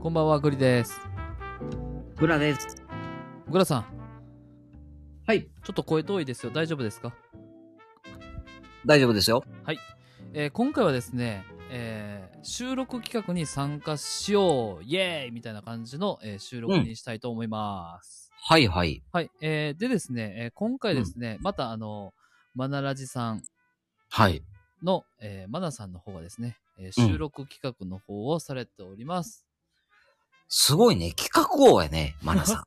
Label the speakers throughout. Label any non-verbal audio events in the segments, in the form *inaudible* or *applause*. Speaker 1: こんばんは、グリです。
Speaker 2: グラです。
Speaker 1: グラさん、
Speaker 2: はい。
Speaker 1: ちょっと声遠いですよ。大丈夫ですか
Speaker 2: 大丈夫ですよ。
Speaker 1: はい、えー今回はですね、えー収録企画に参加しよう、イエーイみたいな感じの、えー収録にしたいと思います。
Speaker 2: はいはい。
Speaker 1: はい、えーでですね、えー今回ですね、またあの、マナラジさん
Speaker 2: はい。
Speaker 1: の、えーマナさんの方がですね、えー収録企画の方をされております。
Speaker 2: すごいね。企画王やね、マ
Speaker 1: *laughs*
Speaker 2: ナさん。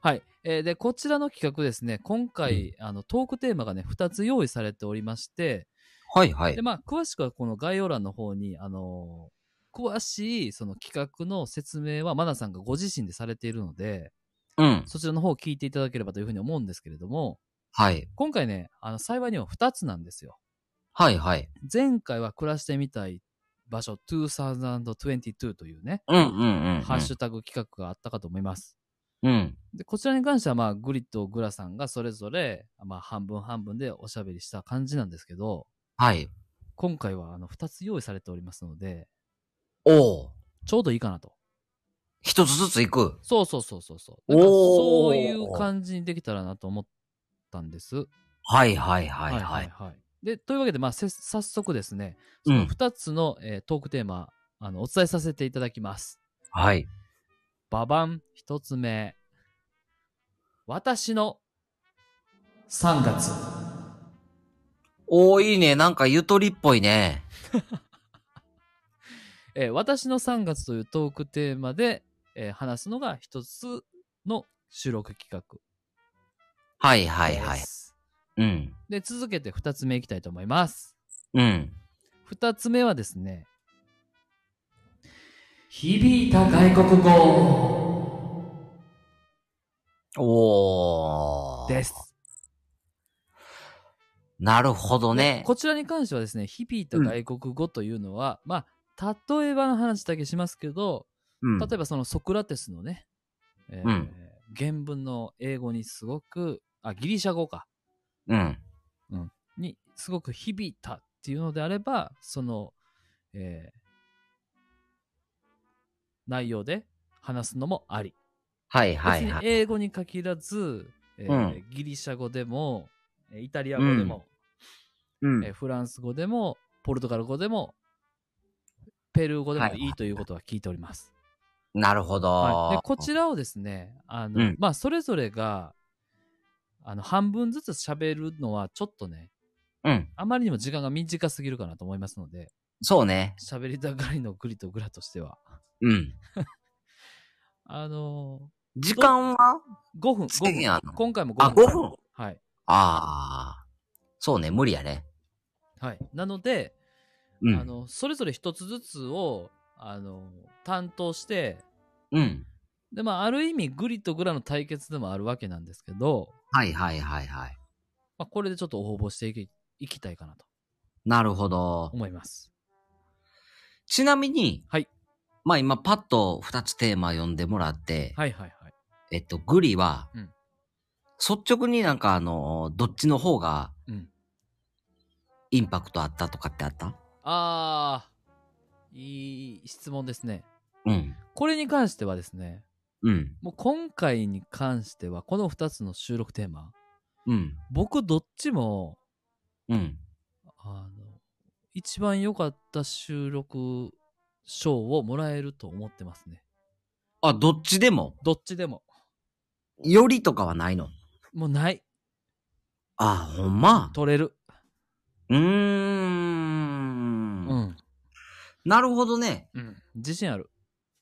Speaker 1: はい。えーで、こちらの企画ですね、今回、あの、トークテーマがね、2つ用意されておりまして、
Speaker 2: はいはい
Speaker 1: で、。まあ、詳しくはこの概要欄の方に、あのー詳しいその企画の説明は、マナさんがご自身でされているので、
Speaker 2: うん。
Speaker 1: そちらの方を聞いていただければというふうに思うんですけれども、
Speaker 2: はい。
Speaker 1: 今回ね、あの、幸いにも2つなんですよ。
Speaker 2: はいはい。
Speaker 1: 前回は暮らしてみたい場所2022というね、
Speaker 2: うんうんうんうん。
Speaker 1: ハッシュタグ企画があったかと思います。
Speaker 2: うん。
Speaker 1: で、こちらに関しては、まあ、グリとグラさんがそれぞれ、まあ、半分半分でおしゃべりした感じなんですけど、
Speaker 2: はい。
Speaker 1: 今回は、あの、二つ用意されておりますので、
Speaker 2: おう。
Speaker 1: ちょうどいいかなと。
Speaker 2: 一つずつ行く。
Speaker 1: そうそうそうそうそう。なんか、
Speaker 2: おー
Speaker 1: そういう感じにできたらなと思ったんです。
Speaker 2: はいはいはいはい。
Speaker 1: いで、というわけで、まあ、せ早速ですね、
Speaker 2: う
Speaker 1: その
Speaker 2: ん。
Speaker 1: 二つの、えートークテーマ、あの、お伝えさせていただきます。
Speaker 2: はい。
Speaker 1: ババン、一つ目。私の3月。
Speaker 2: おー、いいね。なんかゆとりっぽいね。
Speaker 1: えー私の3月というトークテーマで、えー話すのが一つの収録企画
Speaker 2: はいはい
Speaker 1: です。
Speaker 2: はい。うん。
Speaker 1: で、続けて2つ目いきたいと思います。
Speaker 2: うん。
Speaker 1: 2つ目はですね、響いた外国語
Speaker 2: おー。
Speaker 1: です。
Speaker 2: なるほどね。
Speaker 1: こちらに関してはですね、響いた外国語というのは、まあ、例えばの話だけしますけど、
Speaker 2: うん
Speaker 1: 例えばそのソクラテスのね、えー
Speaker 2: うん
Speaker 1: 原文の英語にすごく、あ、ギリシャ語か。
Speaker 2: うん。
Speaker 1: にすごく響いたっていうのであれば、その、えー内容で話すのもあり。
Speaker 2: はいはいは
Speaker 1: 別
Speaker 2: い。
Speaker 1: に英語に限らず、えー
Speaker 2: うん
Speaker 1: ギリシャ語でも、えーイタリア語でも、
Speaker 2: うん
Speaker 1: えーフランス語でも、ポルトガル語でも、ペルー語でも
Speaker 2: はい
Speaker 1: いいということは聞いております。
Speaker 2: なるほど。
Speaker 1: はい、でこちらをですね、あの、
Speaker 2: うん
Speaker 1: まあ、それぞれが、あの、半分ずつ喋るのはちょっとね、
Speaker 2: うん。
Speaker 1: あまりにも時間が短すぎるかなと思いますので、
Speaker 2: そうね。
Speaker 1: 喋りたがりのグリとグラとしては。
Speaker 2: うん。
Speaker 1: あの
Speaker 2: 時間は
Speaker 1: ー、5分、
Speaker 2: 制限あ
Speaker 1: 5
Speaker 2: んの
Speaker 1: 分。今回も
Speaker 2: あ、
Speaker 1: 5
Speaker 2: 5
Speaker 1: 分。
Speaker 2: 分。
Speaker 1: はい。
Speaker 2: ああ。そうね、無理やね。
Speaker 1: はい。なので、
Speaker 2: う
Speaker 1: あ
Speaker 2: ん。
Speaker 1: の、それぞれ一つずつを、あの、担当して、
Speaker 2: うん。
Speaker 1: で、まあ、ある意味、グリとグラの対決でもあるわけなんですけど、
Speaker 2: はいはいはいはい。
Speaker 1: まあ、これでちょっと応募していきいきたいかなと
Speaker 2: なるほど。
Speaker 1: 思います。
Speaker 2: ちなみに、
Speaker 1: はい。
Speaker 2: まあ今パッと2つテーマ読んでもらって、
Speaker 1: はいはいはい。
Speaker 2: えっと、グリは、
Speaker 1: うん
Speaker 2: 率直になんかあの、どっちの方が
Speaker 1: うん。
Speaker 2: インパクトあったとかってあった
Speaker 1: あー、いい質問ですね。
Speaker 2: うん。
Speaker 1: これに関してはですね、
Speaker 2: うん。
Speaker 1: もう今回に関しては、この2つの収録テーマ、
Speaker 2: うん。
Speaker 1: 僕どっちも、
Speaker 2: うん。
Speaker 1: あの、一番良かった収録賞をもらえると思ってますね。
Speaker 2: あ、どっちでも、
Speaker 1: どっちでも。
Speaker 2: よりとかはないの
Speaker 1: もうない。
Speaker 2: あ、ほんま。
Speaker 1: 取れる。
Speaker 2: うー。
Speaker 1: うんん。
Speaker 2: なるほどね。
Speaker 1: うん。自信ある。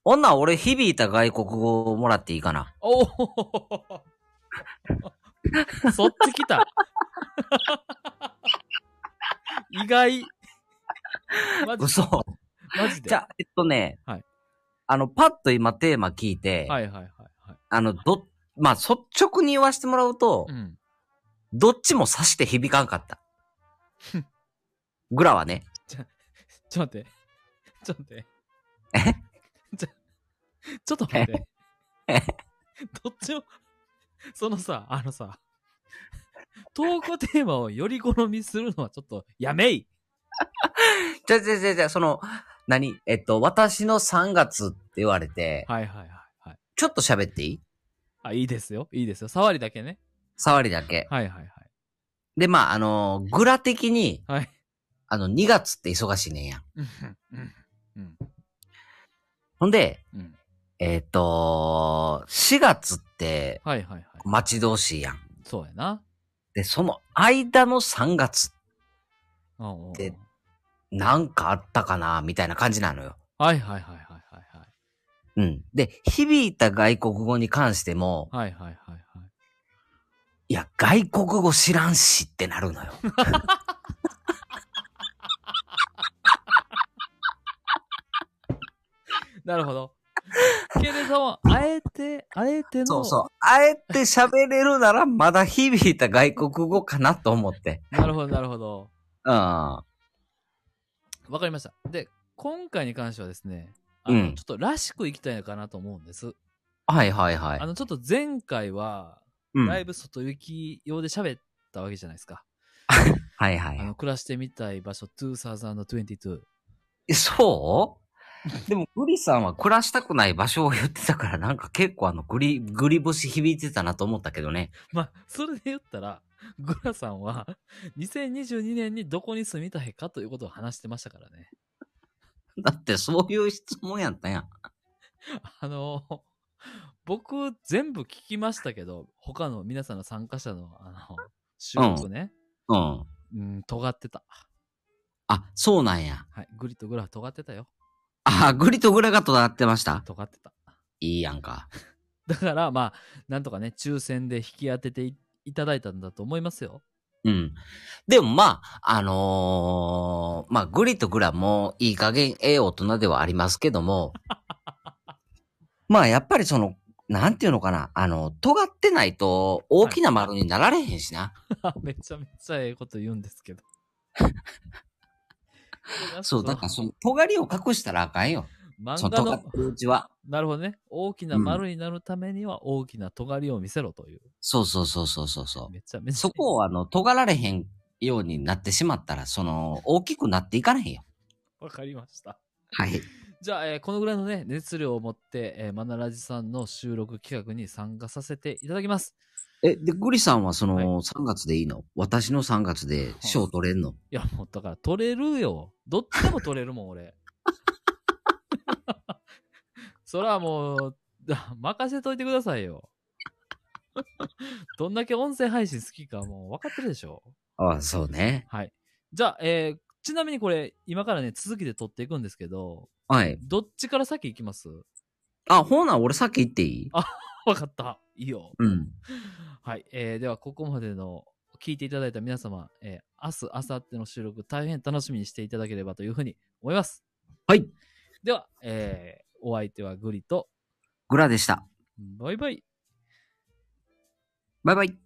Speaker 2: 女、俺、響いた外国語をもらっていいかな。
Speaker 1: おお *laughs* そっち来た。 *laughs* 意外。マジ
Speaker 2: 嘘。
Speaker 1: マジで。
Speaker 2: じゃあ、えっとね、
Speaker 1: はい
Speaker 2: あの、パッと今テーマ聞いて、
Speaker 1: はいはいはいはい。
Speaker 2: あの、ど、まあ、率直に言わせてもらうと、
Speaker 1: うん。
Speaker 2: どっちも刺して響かん
Speaker 1: *laughs*
Speaker 2: かった。グラはね、
Speaker 1: ちょっと待って。ちょっと待って。
Speaker 2: え
Speaker 1: ちょ、ちょっと待って。どっちを、そのさ、あのさ、トークテーマをより好みするのはちょっとやめい
Speaker 2: じゃあじゃあじゃあじゃあその、何えっと、私の3月って言われて、
Speaker 1: はいはいはいはい。
Speaker 2: ちょっと喋っていい
Speaker 1: あ、いいですよ。いいですよ。触りだけね。
Speaker 2: 触りだけ。
Speaker 1: はいはい
Speaker 2: で、まあ、あのーグラ的に、
Speaker 1: はい。はい。
Speaker 2: あの、2月って忙しいねんやん。
Speaker 1: うんうんうん
Speaker 2: ほんで、
Speaker 1: うん。
Speaker 2: えっと、4月って
Speaker 1: はいはいはい。
Speaker 2: 待ち遠しいやん。
Speaker 1: そうやな。
Speaker 2: で、その間の3月、
Speaker 1: うんうんうん
Speaker 2: でなんかあったかなみたいな感じなのよ。
Speaker 1: はいはいはいはいはいはい。
Speaker 2: うん。で、響いた外国語に関しても、
Speaker 1: はいはいはいはい。
Speaker 2: いや、外国語知らんしってなるのよ。
Speaker 1: なるほ
Speaker 2: *laughs*
Speaker 1: ど。けれども、あえて、あえての、
Speaker 2: そうそう。あえて喋れるなら、まだ響いた外国語かなと思って。
Speaker 1: なるほどなるほど。
Speaker 2: うん。は
Speaker 1: わかりました。で、今回に関してはですね、あの
Speaker 2: うん
Speaker 1: ちょっとらしくいきたいのかなと思うんです。
Speaker 2: いはいはい
Speaker 1: あ。の、ちょっと前回は、
Speaker 2: うん。
Speaker 1: だ
Speaker 2: はい
Speaker 1: いぶ外行き用で喋ったわけじゃないですか。
Speaker 2: はい
Speaker 1: あ
Speaker 2: は
Speaker 1: の、暮らしてみたい場所2022。
Speaker 2: い。そうでも、グリさんは暮らしたくない場所を言ってたから、なんか結構あの、グリ、グリ星響いてたなと思ったけどね。
Speaker 1: *laughs* まあ、それで言ったら、グラさんは、2022年にどこに住みたいかということを話してましたからね。
Speaker 2: だってそういう質問やったやん。
Speaker 1: あの僕、全部聞きましたけど、他の皆さんの参加者の、あの、収録ね、
Speaker 2: うん。
Speaker 1: うん、尖ってた。
Speaker 2: あ、そうなんや。
Speaker 1: はい、グリとグラは尖ってたよ。
Speaker 2: あ、グリとグラがとなってました。
Speaker 1: 尖ってた。
Speaker 2: いいやんか。
Speaker 1: だから、まあ、なんとかね、抽選で引き当てていいただいたんだと思いますよ。 *laughs*
Speaker 2: うん。でもまあ、あのーまあ、グリとグラもいい加減ええ大人ではありますけど *laughs* も、まあやっぱりその、なんていうのかな、あの、尖ってないと大きな丸になられへんしな。
Speaker 1: めちゃめちゃええこと言うんです
Speaker 2: *laughs*
Speaker 1: けど。
Speaker 2: そう、だからその、尖りを隠したらあかんよ。そ
Speaker 1: 漫画
Speaker 2: の尖
Speaker 1: の
Speaker 2: っ、てるうちは。
Speaker 1: なるほどね。大きな丸になるためには大きな尖りを見せろという。
Speaker 2: そうそうそうそうそうそう。
Speaker 1: めちゃめちゃ。
Speaker 2: そこをあの、尖られへんようになってしまったら、その、大きくなっていかれへんよ。
Speaker 1: わかりました。
Speaker 2: はい。
Speaker 1: じゃあ、えーこのぐらいのね、熱量を持って、えーマナラジさんの収録企画に参加させていただきます。
Speaker 2: え、で、グリさんはそ
Speaker 1: はい
Speaker 2: の、3月でいいの私の3月で賞取れんの
Speaker 1: いや、もうだから、取れるよ。どっちでも取れるもん、俺。 *laughs* そらもう、だ任せといてくださいよ。どんだけ音声配信好きか、もう分かってるでしょ。
Speaker 2: ああ、そうね。
Speaker 1: はい。じゃあ、えーちなみにこれ、今からね、続きで撮っていくんですけど、
Speaker 2: はい。
Speaker 1: どっちから先行きます *laughs*
Speaker 2: あ、ほな、俺さっき言っていい
Speaker 1: あ分かった。いいよ。
Speaker 2: うん。
Speaker 1: はい。えーでは、ここまでの、聞いていただいた皆様、えー明日、明後日の収録、大変楽しみにしていただければというふうに思います。
Speaker 2: はい。
Speaker 1: では、えーお相手はグリと、
Speaker 2: グラでした。
Speaker 1: バイバイ。
Speaker 2: バイバイ。